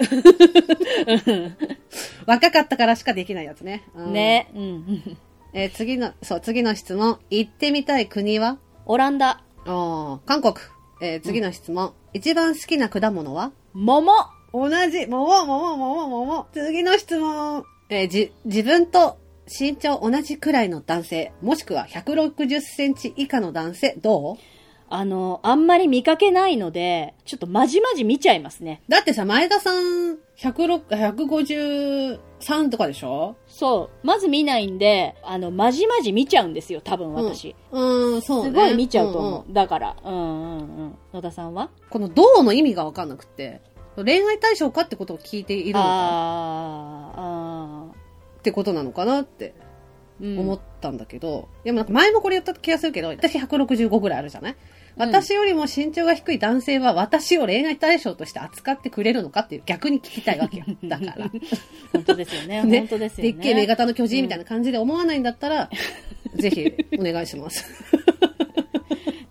Speaker 1: 若かったからしかできないやつね。うん、
Speaker 2: ね。うん。
Speaker 1: えー次の、そう、次の質問。行ってみたい国は
Speaker 2: オランダ。
Speaker 1: ああ、韓国。えー次の質問、一番好きな果物は
Speaker 2: 桃。
Speaker 1: 同じ。桃、桃、桃、桃。次の質問。えーじ、自分と身長同じくらいの男性、もしくは160センチ以下の男性、どう
Speaker 2: あの、あんまり見かけないので、ちょっとまじまじ見ちゃいますね。
Speaker 1: だってさ、前田さん、106、153とかでしょ
Speaker 2: そう。まず見ないんで、あの、まじまじ見ちゃうんですよ、多分私。
Speaker 1: うん、そうね。
Speaker 2: すごい見ちゃうと思う。
Speaker 1: んん
Speaker 2: だから。うんうんうん。野田さんは
Speaker 1: この、どうの意味がわかんなくて、恋愛対象かってことを聞いているのか
Speaker 2: あーあ
Speaker 1: ってことなのかなって
Speaker 2: ー、うん
Speaker 1: 思ったんだけど、いやまあ前もこれ言った気がするけど、私165ぐらいあるじゃない
Speaker 2: うん
Speaker 1: 私よりも身長が低い男性は私を恋愛対象として扱ってくれるのかっていう逆に聞きたいわ
Speaker 2: [laughs]
Speaker 1: けよ。だから。
Speaker 2: 本当ですよね。
Speaker 1: ね
Speaker 2: 本当ですよ
Speaker 1: で
Speaker 2: ね。
Speaker 1: っけえ目型の巨人みたいな感じで思わないんだった
Speaker 2: [laughs]
Speaker 1: ら、ぜひお願いします。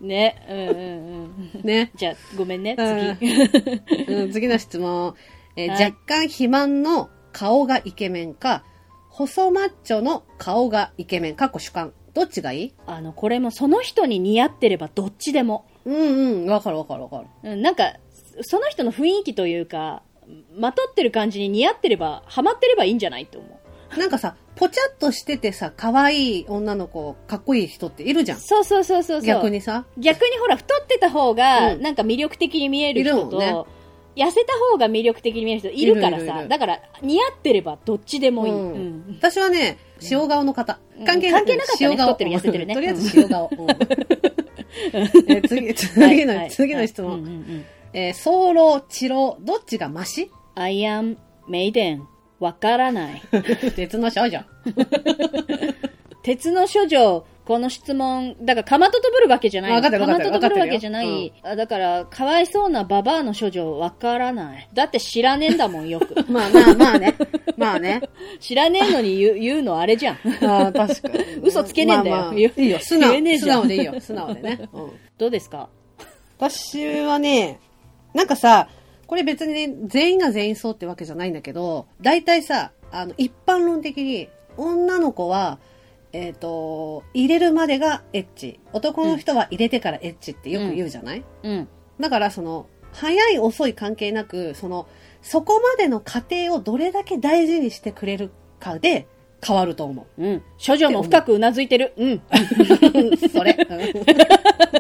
Speaker 2: ね。うんうんうん。
Speaker 1: ね。
Speaker 2: じゃあ、ごめんね、次。
Speaker 1: 次。うん、次の質問。えー
Speaker 2: はい
Speaker 1: 若干肥満の顔がイケメンか、細マッチョの顔がイケメンか、っこ主観。どっちがいい
Speaker 2: あの、これもその人に似合ってればどっちでも。
Speaker 1: うんうん、わかるわかるわかる。
Speaker 2: うん、なんか、その人の雰囲気というか、まとってる感じに似合ってれば、ハマってればいいんじゃないと思う。
Speaker 1: なんかさ、ぽちゃっとしててさ、可愛い女の子、かっこいい人っているじゃん。
Speaker 2: そうそうそうそうそう。
Speaker 1: 逆。にさ。
Speaker 2: 逆にほら、太ってた方が、
Speaker 1: うん
Speaker 2: なんか魅力的に見える人と、
Speaker 1: いるも
Speaker 2: 痩せた方が魅力的に見える人いるか
Speaker 1: い
Speaker 2: らさ。
Speaker 1: るいるいる
Speaker 2: だから、似合ってればどっちでもいい。
Speaker 1: うん
Speaker 2: うん
Speaker 1: 私はね、塩顔の方。
Speaker 2: うん
Speaker 1: 関係なく、
Speaker 2: 関係なかったね
Speaker 1: 塩顔
Speaker 2: 太ってる痩せてるね
Speaker 1: とりあえず塩顔。うん
Speaker 2: [laughs]
Speaker 1: [laughs] え次、次の、次の質問。
Speaker 2: うんうんうん
Speaker 1: えー、早漏、治療、どっちがマシ
Speaker 2: I am maiden. わからない。 [laughs]
Speaker 1: 別の少女。
Speaker 2: 鉄の処女、この質問、だから、かまととぶるわけじゃない。
Speaker 1: わかってるわかってる
Speaker 2: かまととぶるわ
Speaker 1: わか
Speaker 2: け
Speaker 1: ってるよ。
Speaker 2: じゃない。あだから、かわいそうなババアの処女、わからない。だって知らねえんだもん、よく
Speaker 1: [laughs] まあまあまあね。まあね。
Speaker 2: 知らねえのに言う言うのあれじゃん。
Speaker 1: ああ、確かに、
Speaker 2: 嘘つけねえんだよ
Speaker 1: まあまあいいよ、素直
Speaker 2: 言えねえ
Speaker 1: 素
Speaker 2: じゃん
Speaker 1: 直でいいよ、素直でね。うん
Speaker 2: どうですか
Speaker 1: 私はね、なんかさ、これ別にね、全員が全員そうってわけじゃないんだけど、大体さ、あの、一般論的に、女の子は、えっ、と、入れるまでがエッチ。男の人は入れてからエッチってよく言うじゃない、
Speaker 2: うん。
Speaker 1: だからその、早い遅い関係なく、その、そこまでの過程をどれだけ大事にしてくれるかで変わると思う。 [laughs]
Speaker 2: うん。処女も深くうなずいてる。うん。
Speaker 1: それ。 [laughs]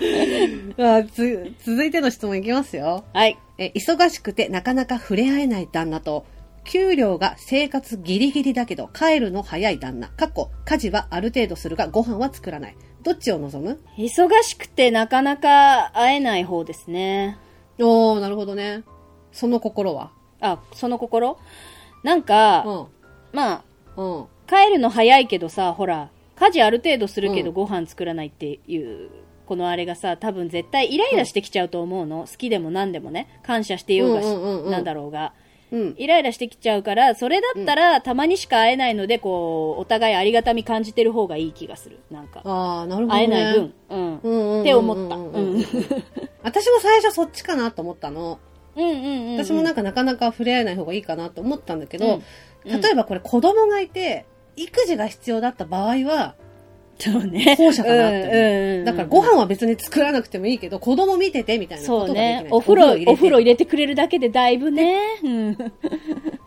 Speaker 1: うんあつ続いての質問いきますよ。
Speaker 2: はい。
Speaker 1: え、忙しくてなかなか触れ合えない旦那と、給料が生活ギリギリだけど帰るの早い旦那。かっこ、家事はある程度するがご飯は作らない。どっちを望む
Speaker 2: 忙しくてなかなか会えない方ですね。
Speaker 1: おー、なるほどね。その心は
Speaker 2: あ、その心なんか、
Speaker 1: う
Speaker 2: まあ、
Speaker 1: ん。うん。
Speaker 2: 帰るの早いけどさ、ほら、家事ある程度するけど
Speaker 1: うん
Speaker 2: ご飯作らないっていう、このあれがさ、多分絶対イライラしてきちゃうと思うの。好きでも何でもね。感謝してようがし、
Speaker 1: うんうんうんうん
Speaker 2: なんだろうが。
Speaker 1: うん。
Speaker 2: イライラしてきちゃうから、それだったら、たまにしか会えないので、こう、お互いありがたみ感じてる方がいい気がする。なんか。
Speaker 1: ああ、なるほど、
Speaker 2: 会
Speaker 1: ね。
Speaker 2: えない分。うん。
Speaker 1: うんうんうんうんうん。
Speaker 2: って思った。うん。うん
Speaker 1: 私も最初そっちかなと思ったの。
Speaker 2: うんうん。
Speaker 1: 私も
Speaker 2: な
Speaker 1: なんかなかなか触れ合えない方がいいかなと思ったんだけど、
Speaker 2: うんうん
Speaker 1: 例えばこれ子供がいて、育児が必要だった場合は、
Speaker 2: そうね。
Speaker 1: 後者かなって思う
Speaker 2: うんうんうん
Speaker 1: だからご飯は別に作らなくてもいいけど、子供見ててみたいなこ
Speaker 2: そ
Speaker 1: と
Speaker 2: う
Speaker 1: ができない。
Speaker 2: ね。お風呂、お風呂入
Speaker 1: 入れて
Speaker 2: れてくれるだけでだいぶね。うん。
Speaker 1: っ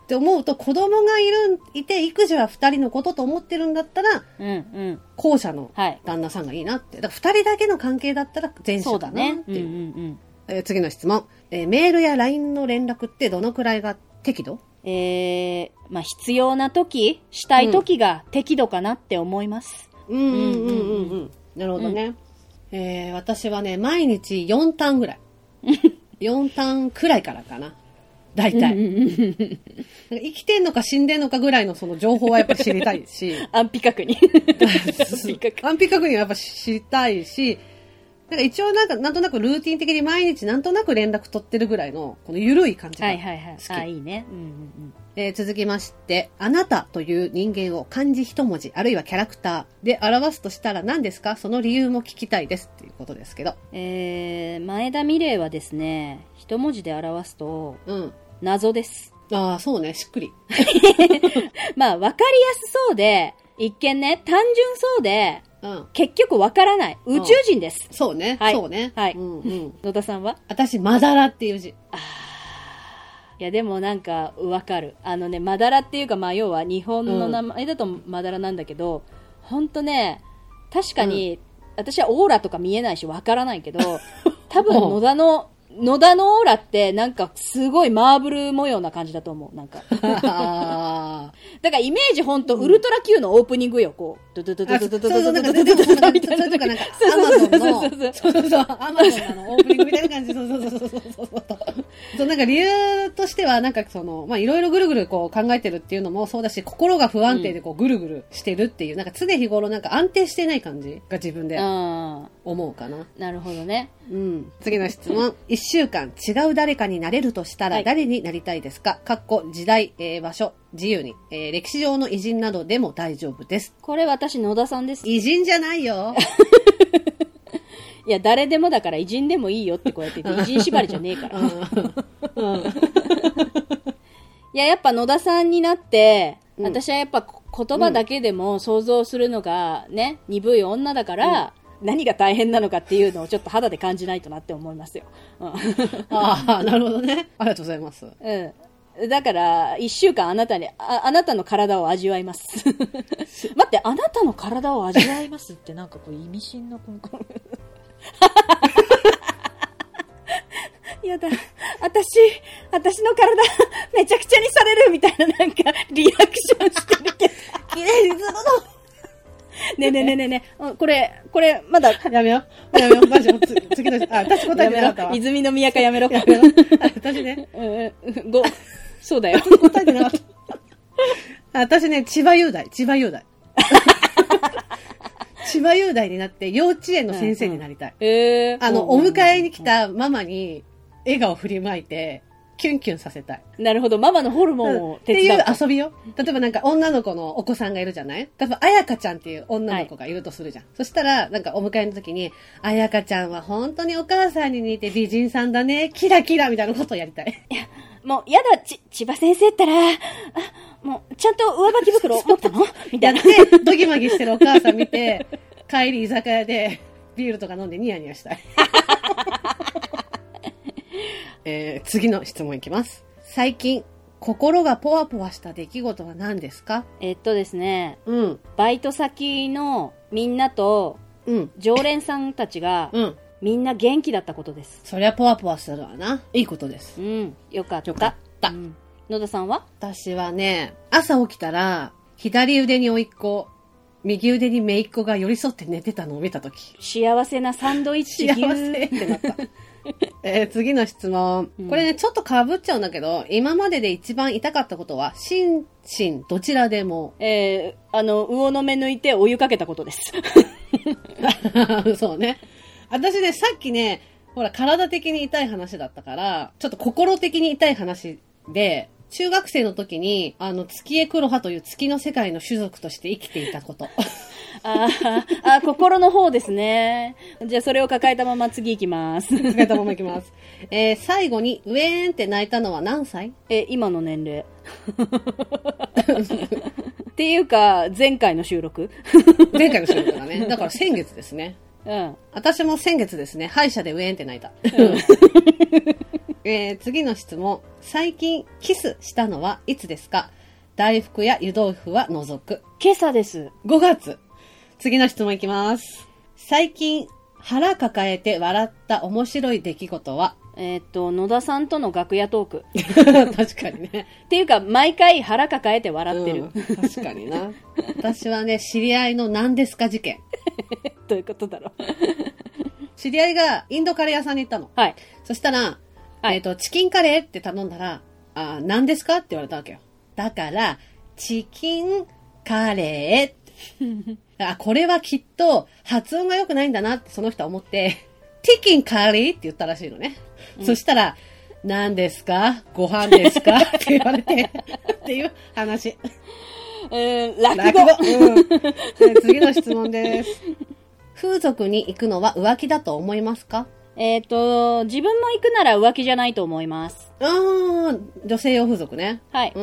Speaker 1: て思うと、子供がいる、いて、育児は二人のことと思ってるんだったら、
Speaker 2: うんうん。
Speaker 1: 後者の
Speaker 2: はい。
Speaker 1: 旦那さんがいいなって。だから二人だけの関係だったら前
Speaker 2: そ
Speaker 1: 者
Speaker 2: うだ
Speaker 1: だなっ
Speaker 2: ね。
Speaker 1: ていう。
Speaker 2: んうん。
Speaker 1: えー次の質問、えーメールや LINE の連絡ってどのくらいが適度
Speaker 2: えー、まあ必要な時、したい時が適度かなって思います。
Speaker 1: うんうん
Speaker 2: うんうんうん
Speaker 1: うん。なるほどね。えー私はね、毎日4ターンぐ
Speaker 2: [laughs]
Speaker 1: らい。4ターンくらいからかな。大体。なんか生きてんのか死んでんのかぐらいのその情報はやっぱり知りたいし、
Speaker 2: [laughs] 安否確認。 [laughs] 安否確認。
Speaker 1: 安否確認はやっぱ知りたいし、なんか一応なんか、なんとなくルーティン的に毎日なんとなく連絡取ってるぐらいの、この緩い感じが
Speaker 2: は
Speaker 1: 好
Speaker 2: い
Speaker 1: き。
Speaker 2: はいはい。あ、いいね。うんうん
Speaker 1: えー続きまして、あなたという人間を漢字一文字、あるいはキャラクターで表すとしたら何ですかその理由も聞きたいです。っていうことですけど。
Speaker 2: うん。えー、前田美玲はですね、一文字で表すと、
Speaker 1: うん。
Speaker 2: 謎です。 [laughs]
Speaker 1: ああ、そうね、しっくり。
Speaker 2: まあ、わかりやすそうで、一見ね、単純そうで、
Speaker 1: うん。
Speaker 2: 結局わからない。宇宙人です。
Speaker 1: そうね、
Speaker 2: はい
Speaker 1: そうね。
Speaker 2: はい
Speaker 1: うんうん。
Speaker 2: 野田さんは
Speaker 1: 私、まだらっていう字。
Speaker 2: いやでもなんかわかるあのねまだらっていうかまあ要は日本の名前だとまだらなんだけど、ほんとね確かに私はオーラとか見えないしわからないけど、多分野田の、野田のオーラってなんかすごいマーブル模様な感じだと思う。なんか。
Speaker 1: あー
Speaker 2: だからイメージほんと、ウルトラ Q のオープニングよ、こう。ドドドド
Speaker 1: あ
Speaker 2: ド
Speaker 1: そう
Speaker 2: ド
Speaker 1: そ
Speaker 2: ド
Speaker 1: うそう、
Speaker 2: ドド
Speaker 1: なん
Speaker 2: ド
Speaker 1: か、全
Speaker 2: ド
Speaker 1: 然
Speaker 2: ドドド
Speaker 1: なん
Speaker 2: みたいな。
Speaker 1: か、なんか、アマゾンの
Speaker 2: そうそう、
Speaker 1: そうそうそう、アマゾンのあのオープニングみたいな感じ、そうそうそうそうそうそう。そう、なんか理由としては、なんかその、まあ、いろいろぐるぐるこう考えてるっていうのもそうだし、心が不安定でこうぐるぐるしてるっていう、なんか常日頃なんか安定してない感じが自分で
Speaker 2: あ
Speaker 1: 思うかな。
Speaker 2: ーなるほどね。
Speaker 1: うん。次の質問。一週間違う誰かになれるとした
Speaker 2: は
Speaker 1: ら
Speaker 2: い
Speaker 1: 誰になりたいですか、かっこ時代、えー場所、自由に、えー歴史上の偉人などでも大丈夫です。
Speaker 2: これ私野田さんです。い
Speaker 1: 偉人じゃないよ。
Speaker 2: や、誰でもだから偉人でもいいよってこうやって言って、偉人縛りじゃねえから。いや、やっぱ野田さんになって、
Speaker 1: うん
Speaker 2: 私はやっぱ言葉だけでも想像するのがね、鈍い女だから、何が大変なのかっていうのをちょっと肌で感じないとなって思いますよ。うん
Speaker 1: ああ、なるほどね。ありがとうございます。
Speaker 2: うん。だから、一週間あなたにあ、あなたの体を味わい [laughs] ます。待って、あなたの体を味わいますってなんかこう意味深な、この、このやだ、私、私の体、めちゃくちゃにされるみたいななんか、リアクションしてるけど。
Speaker 4: 綺麗にするの
Speaker 2: [laughs] ねえねえねえねえねえ、うんこれ、これ、まだ、
Speaker 1: やめよう。やめよう。マジ、つ次の、あ、私答え
Speaker 2: や
Speaker 1: て
Speaker 2: め
Speaker 1: なかった
Speaker 2: ろ。
Speaker 1: わ。
Speaker 2: 泉の宮かやめろ。
Speaker 1: やめろ。あ私ね、
Speaker 2: うん [laughs] うん、ご、そう [laughs] だよ。
Speaker 1: 答えてなかった。あ私ね、千葉雄大、千葉雄大。千葉雄大になって幼稚園の先生になりたい。
Speaker 2: ええ
Speaker 1: あの、
Speaker 2: う
Speaker 1: お
Speaker 2: ん
Speaker 1: 迎えに来たママに笑顔振りまいて、キュンキュンさせたい。
Speaker 2: なるほど、ママのホルモン
Speaker 1: っ
Speaker 2: を手
Speaker 1: てい
Speaker 2: 伝う
Speaker 1: う
Speaker 2: と。
Speaker 1: 遊びよ。例えばなんか女の子のお子さんがいるじゃない多分、あやかちゃんっていう女の子がいるとするじゃん。そしたら、なんかお迎えの時に、あやかちゃんは本当にお母さんに似て美人さんだね、キラキラみたいなことをやりたい。
Speaker 2: もう、やだ、ち、千葉先生ったら、あ、もう、ちゃんと上履き袋持ったのみた
Speaker 1: や
Speaker 2: い
Speaker 1: っ
Speaker 2: な。
Speaker 1: て、ドギマギしてるお母さん見て、帰り居酒屋でビールとか飲んでニヤニヤした
Speaker 2: [laughs]
Speaker 1: い。えー次の質問いきます。最近、心がポワポワした出来事は何ですか
Speaker 2: えっとですね、
Speaker 1: うん、
Speaker 2: バイト先のみんなと、
Speaker 1: うん、
Speaker 2: 常連さんたちが、
Speaker 1: うん。
Speaker 2: みんな元気だったことです。
Speaker 1: そりゃポワポワするわな。いいことです。
Speaker 2: うん、よかった。
Speaker 1: よかった
Speaker 2: うん野田さんは
Speaker 1: 私はね、朝起きたら、左腕に甥いっ子、右腕に姪っ子が寄り添って寝てたのを見たとき。
Speaker 2: 幸せなサンドイッチ
Speaker 1: 幸
Speaker 2: 牛
Speaker 1: せってな
Speaker 2: [laughs]
Speaker 1: った。えー次の質問
Speaker 2: うん。
Speaker 1: これね、ちょっと被っちゃうんだけど、今までで一番痛かったことは、心身どちらでも。
Speaker 2: えー、あの、魚の目抜いてお湯かけたこ
Speaker 1: [laughs]
Speaker 2: とです。
Speaker 1: そうね。私ね、さっきね、ほら、体的に痛い話だったから、ちょっと心的に痛い話で、中学生の時に、あの、月江黒葉という月の世界の種族として生きていたこと。
Speaker 2: あーあー、心の方ですね。じゃあ、それを抱えたまま次行きます。
Speaker 1: 使えたままいきます。えー最後に、ウェーンって泣いたのは何歳
Speaker 2: え、今の年齢。っていうか、前回の収録
Speaker 1: 前回の仕事だね。だから先月ですね。
Speaker 2: うん。
Speaker 1: 私も先月ですね、歯医者でウェーンって泣いた。 [laughs] えー次の質問。最近、キスしたのはいつですか大福や湯豆腐は除く。
Speaker 2: 今朝です。
Speaker 1: 5月。次の質問いきます。最近、腹抱えて笑った面白い出来事は [laughs]
Speaker 2: えーっと、野田さんとの楽屋トーク。
Speaker 1: 確かにね。
Speaker 2: っていうか、毎回腹抱えて笑ってる。
Speaker 1: うん確かにな。 [laughs] 私はね、知り合いの何ですか事件。
Speaker 2: どういうことだろう。
Speaker 1: 知り合いがインドカレー屋さんに行ったの。
Speaker 2: はい。
Speaker 1: そしたら、
Speaker 2: はい
Speaker 1: えっ、と、チキンカレーって頼んだら、あー、何ですかって言われたわけよ。だから、チキンカレ
Speaker 2: [laughs]
Speaker 1: ー。あ、これはきっと発音が良くないんだなってその人は思って、チキンカレーって言ったらしいのね。そしたら、何ですかご飯ですかって言われ
Speaker 2: [laughs]
Speaker 1: て、っていう話。
Speaker 2: うん、落
Speaker 1: 落
Speaker 2: 語。
Speaker 1: 語。うんで次の質問です。風俗に行くのは浮気だと思いますか
Speaker 2: えーっと、自分も行くなら浮気じゃないと思います。
Speaker 1: ああ、女性用風俗ね。。
Speaker 2: はいう
Speaker 1: ー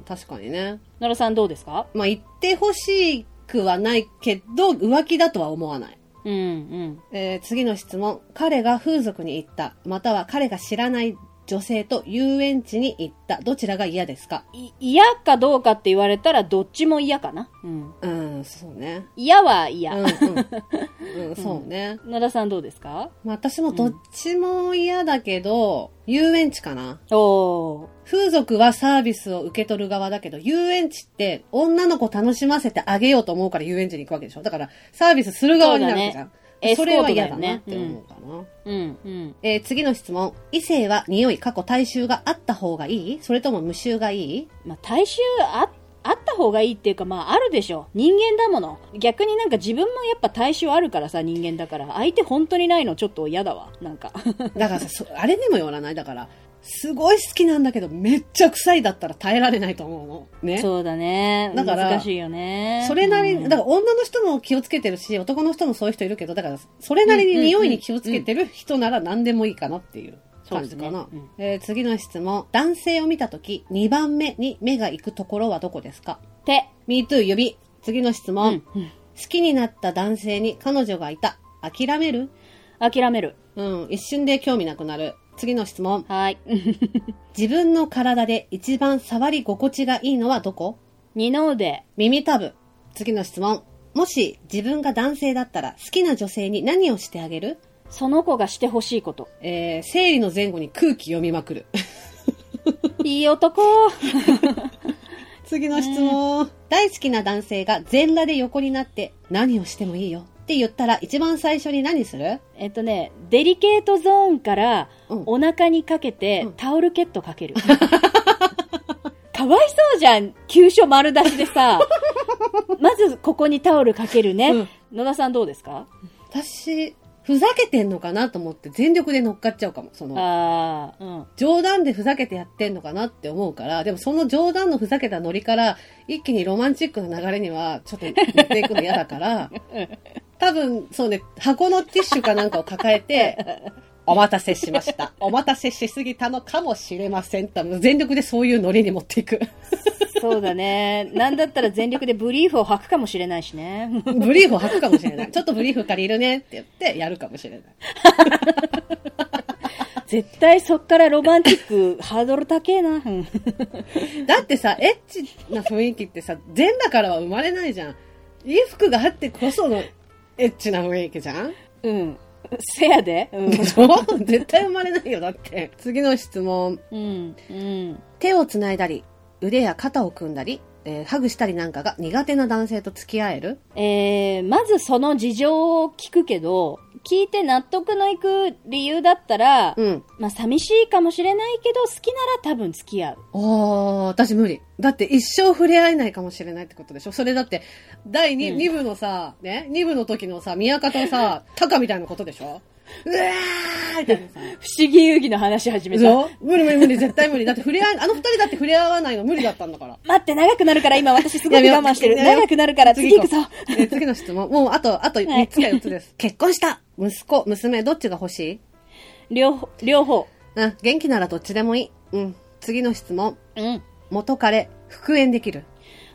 Speaker 1: ん、確かにね。
Speaker 2: 野田さんどうですか
Speaker 1: まあ、言ってほしくはないけど、浮気だとは思わない。
Speaker 2: うん、うん。
Speaker 1: えー次の質問。彼が風俗に行った、または彼が知らない女性と遊園地に行った。どちらが嫌ですか
Speaker 2: い嫌かどうかって言われたらどっちも嫌かな。うん。
Speaker 1: うん、そうね。 [laughs]
Speaker 2: 嫌は
Speaker 1: う
Speaker 2: 嫌。
Speaker 1: ん、うん。うん、そうね。
Speaker 2: 野田さんどうですか
Speaker 1: まあ、私もどっちも嫌だけど、遊園地かな。
Speaker 2: おー。
Speaker 1: 風俗はサービスを受け取る側だけど、遊園地って女の子楽しませてあげようと思うから遊園地に行くわけでしょだから、サービスする側になるわけじゃん。
Speaker 2: そうだね
Speaker 1: それは
Speaker 2: エスコートだ
Speaker 1: 嫌
Speaker 2: よ
Speaker 1: だ
Speaker 2: ね
Speaker 1: なって思うかな。
Speaker 2: うん、うん。
Speaker 1: えー次の質問。異性は匂い、過去体臭があった方がいいそれとも無臭がいい
Speaker 2: まあ、体臭あ、あった方がいいっていうか、まあ、あるでしょ。人間だもの。逆になんか自分もやっぱ体臭あるからさ、人間だから。相手本当にないのちょっと嫌だわ。なんか。
Speaker 1: だからさ、そあれにもよらない。だから、すごい好きなんだけど、めっちゃ臭いだったら耐えられないと思うの。ね。
Speaker 2: [laughs] そうだね。
Speaker 1: だから
Speaker 2: 難しいよね。
Speaker 1: それなりに、
Speaker 2: うん
Speaker 1: だから女の人も気をつけてるし、男の人もそういう人いるけど、だから、それなりに匂いに気をつけてる人なら何でもいいかなっていう感じかな。
Speaker 2: そうですね
Speaker 1: えー次の質問。男性を見たとき、2番目に目が行くところはどこですか
Speaker 2: 手。
Speaker 1: ?MeToo 指。次の質
Speaker 2: う
Speaker 1: 問、
Speaker 2: ん。うん
Speaker 1: 好きになった男性に彼女がいた。諦める
Speaker 2: 諦める。
Speaker 1: うん、一瞬で興味なくなる。次の質問。
Speaker 2: はい。 [laughs]
Speaker 1: 自分の体で一番触り心地がいいのはどこ
Speaker 2: 二の腕。
Speaker 1: 耳たぶ。次の質問。もし自分が男性だったら好きな女性に何をしてあげる
Speaker 2: その子がしてほしいこと。
Speaker 1: えー、生理の前後に空気読みまくる。 [laughs]
Speaker 2: いい男。
Speaker 1: 次の質問。大好きな男性が全裸で横になって何をしてもいいよって言ったら一番最初に何する
Speaker 2: えっとね、デリケートゾーンから
Speaker 1: うん
Speaker 2: お腹にかけて
Speaker 1: うん
Speaker 2: タオルケットかける。 [laughs] かわいそうじゃん。急所丸出し
Speaker 1: [laughs]
Speaker 2: でさ。まずここにタオルかけるね。野田さんどうですか
Speaker 1: 私、ふざけてんのかなと思って全力で乗っかっちゃうかも。その、
Speaker 2: ああ、うん。
Speaker 1: 冗談でふざけてやってんのかなって思うから、でもその冗談のふざけたノリから、一気にロマンチックな流れには、ちょっと持っていくの嫌だから、多分、そうね、箱のティッシュかなんかを抱えて、お待たせしました。お待たせしすぎたのかもしれません。多分全力でそういうノリに持っていく。
Speaker 2: そうだね。なんだったら全力でブリーフを履くかもしれないしね。
Speaker 1: ブリーフを履くかもしれない。ちょっとブリーフ借りるねって言って、やるかもしれない。
Speaker 2: 絶対そっからロマンチック、ハードル高えな。うん
Speaker 1: だってさ、エッチな雰囲気ってさ、全裸からは生まれないじゃん。いい服があってこその、エッチな雰囲気じゃん
Speaker 2: うん。せやで。うん
Speaker 1: でしょ絶対生まれないよ、だって。次の質問。
Speaker 2: うん。うん。
Speaker 1: 手をつないだり、腕や肩を組んだり、えーハグしたりなんかが苦手な男性と付き合える
Speaker 2: えー、まずその事情を聞くけど、聞いて納得のいく理由だったら、
Speaker 1: うん。
Speaker 2: まあ寂しいかもしれないけど、好きなら多分付き合う。
Speaker 1: あー、私無理。だって一生触れ合えないかもしれないってことでしょそれだって、第 2,、
Speaker 2: うん
Speaker 1: 二部のさ、ね、2部の時のさ、宮方のさ、タカみたいなことでしょうわーみたいなさ。
Speaker 2: 不思議遊戯の話始め
Speaker 1: で
Speaker 2: た。
Speaker 1: し
Speaker 2: 待
Speaker 1: ょ無理無理無理、絶対無理。だって触れ合え、あの二人だって触れ合わないの無理だったんだから。
Speaker 2: って、長くなるから今私すご
Speaker 1: や
Speaker 2: く
Speaker 1: めよう
Speaker 2: 我慢してる。
Speaker 1: やめよう
Speaker 2: 長くなるから次行くぞ。
Speaker 1: えー次の質問。もう、あと、あと
Speaker 2: い
Speaker 1: 3つか4つ
Speaker 2: [laughs]
Speaker 1: です。結婚した息子、娘、どっちが欲しい
Speaker 2: 両方、両方。
Speaker 1: うん、元気ならどっちでもいい。うん。次の質問。
Speaker 2: うん。
Speaker 1: 元彼、復縁できる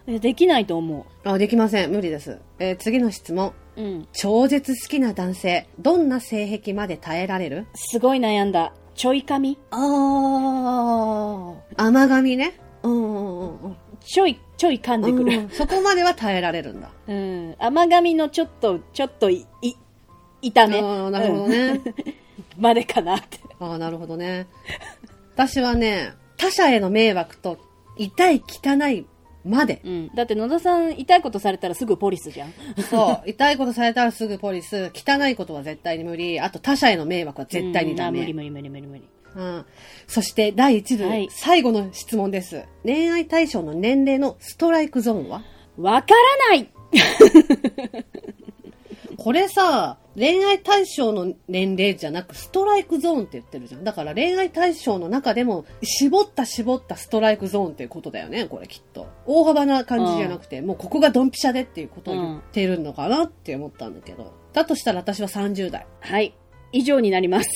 Speaker 2: いやできないと思
Speaker 1: あ、できません。無理です。えー次の質問。
Speaker 2: う。うん。
Speaker 1: 超絶好きな男性、どんな性癖まで耐えられる
Speaker 2: すごい悩んだ。ちょい髪
Speaker 1: ああ。甘髪ね。うんうんうんうん
Speaker 2: ちょい、ちょい噛んでく
Speaker 1: う
Speaker 2: る
Speaker 1: ん。。そこまでは耐えられるんだ。
Speaker 2: うん。甘髪のちょっと、ちょっとい、い、痛め。
Speaker 1: ああ、なるほどね。
Speaker 2: うんまでかなって。
Speaker 1: ああ、なるほどね。私はね、他者への迷惑と、痛い、汚い、まで。
Speaker 2: うん、だって野田さん痛いことされたらすぐポリスじゃん
Speaker 1: そう。 [laughs] 痛いことされたらすぐポリス、汚いことは絶対に無理、あと他者への迷惑は絶対にダメ。
Speaker 2: うんあ無理無理無理無理
Speaker 1: うん。そして第1部、
Speaker 2: はい
Speaker 1: 最後の質問です。恋愛対象の年齢のストライクゾーンは
Speaker 2: 無理わからない
Speaker 1: これさ、恋愛対象の年齢じゃなくストライクゾーンって言ってるじゃん。だから恋愛対象の中でも絞った絞ったストライクゾーンっていうことだよね、これきっと。大幅な感じじゃなくて、もうここがドンピシャでっていうことを言ってるのかなって思ったんだけど。だとしたら私は30代。
Speaker 2: はい以上になります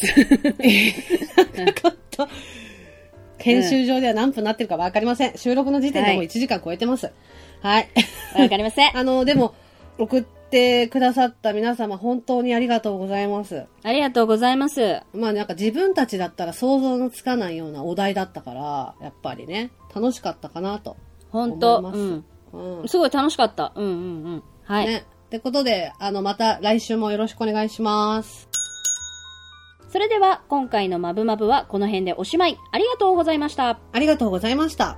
Speaker 1: 編集上では何分なってるか分かりません。収録の時点でも
Speaker 2: は
Speaker 1: う
Speaker 2: い
Speaker 1: 1時間超えてます。はい。
Speaker 2: [laughs] わかりません
Speaker 1: あの、でも、送ってくださった皆様、本当にありがとうございます。
Speaker 2: ありがとうございます。
Speaker 1: まあなんか自分たちだったら想像のつかないようなお題だったから、やっぱりね、楽しかったかなと。
Speaker 2: 本当、
Speaker 1: 思います
Speaker 2: う
Speaker 1: うん
Speaker 2: ん。。すごい楽しかった。うんうんうん。はい。
Speaker 1: ね。ってことで、あの、また来週もよろしくお願いします。
Speaker 2: それでは、今回のマブマブはこの辺でおしまい。ありがとうございました。
Speaker 1: ありがとうございました。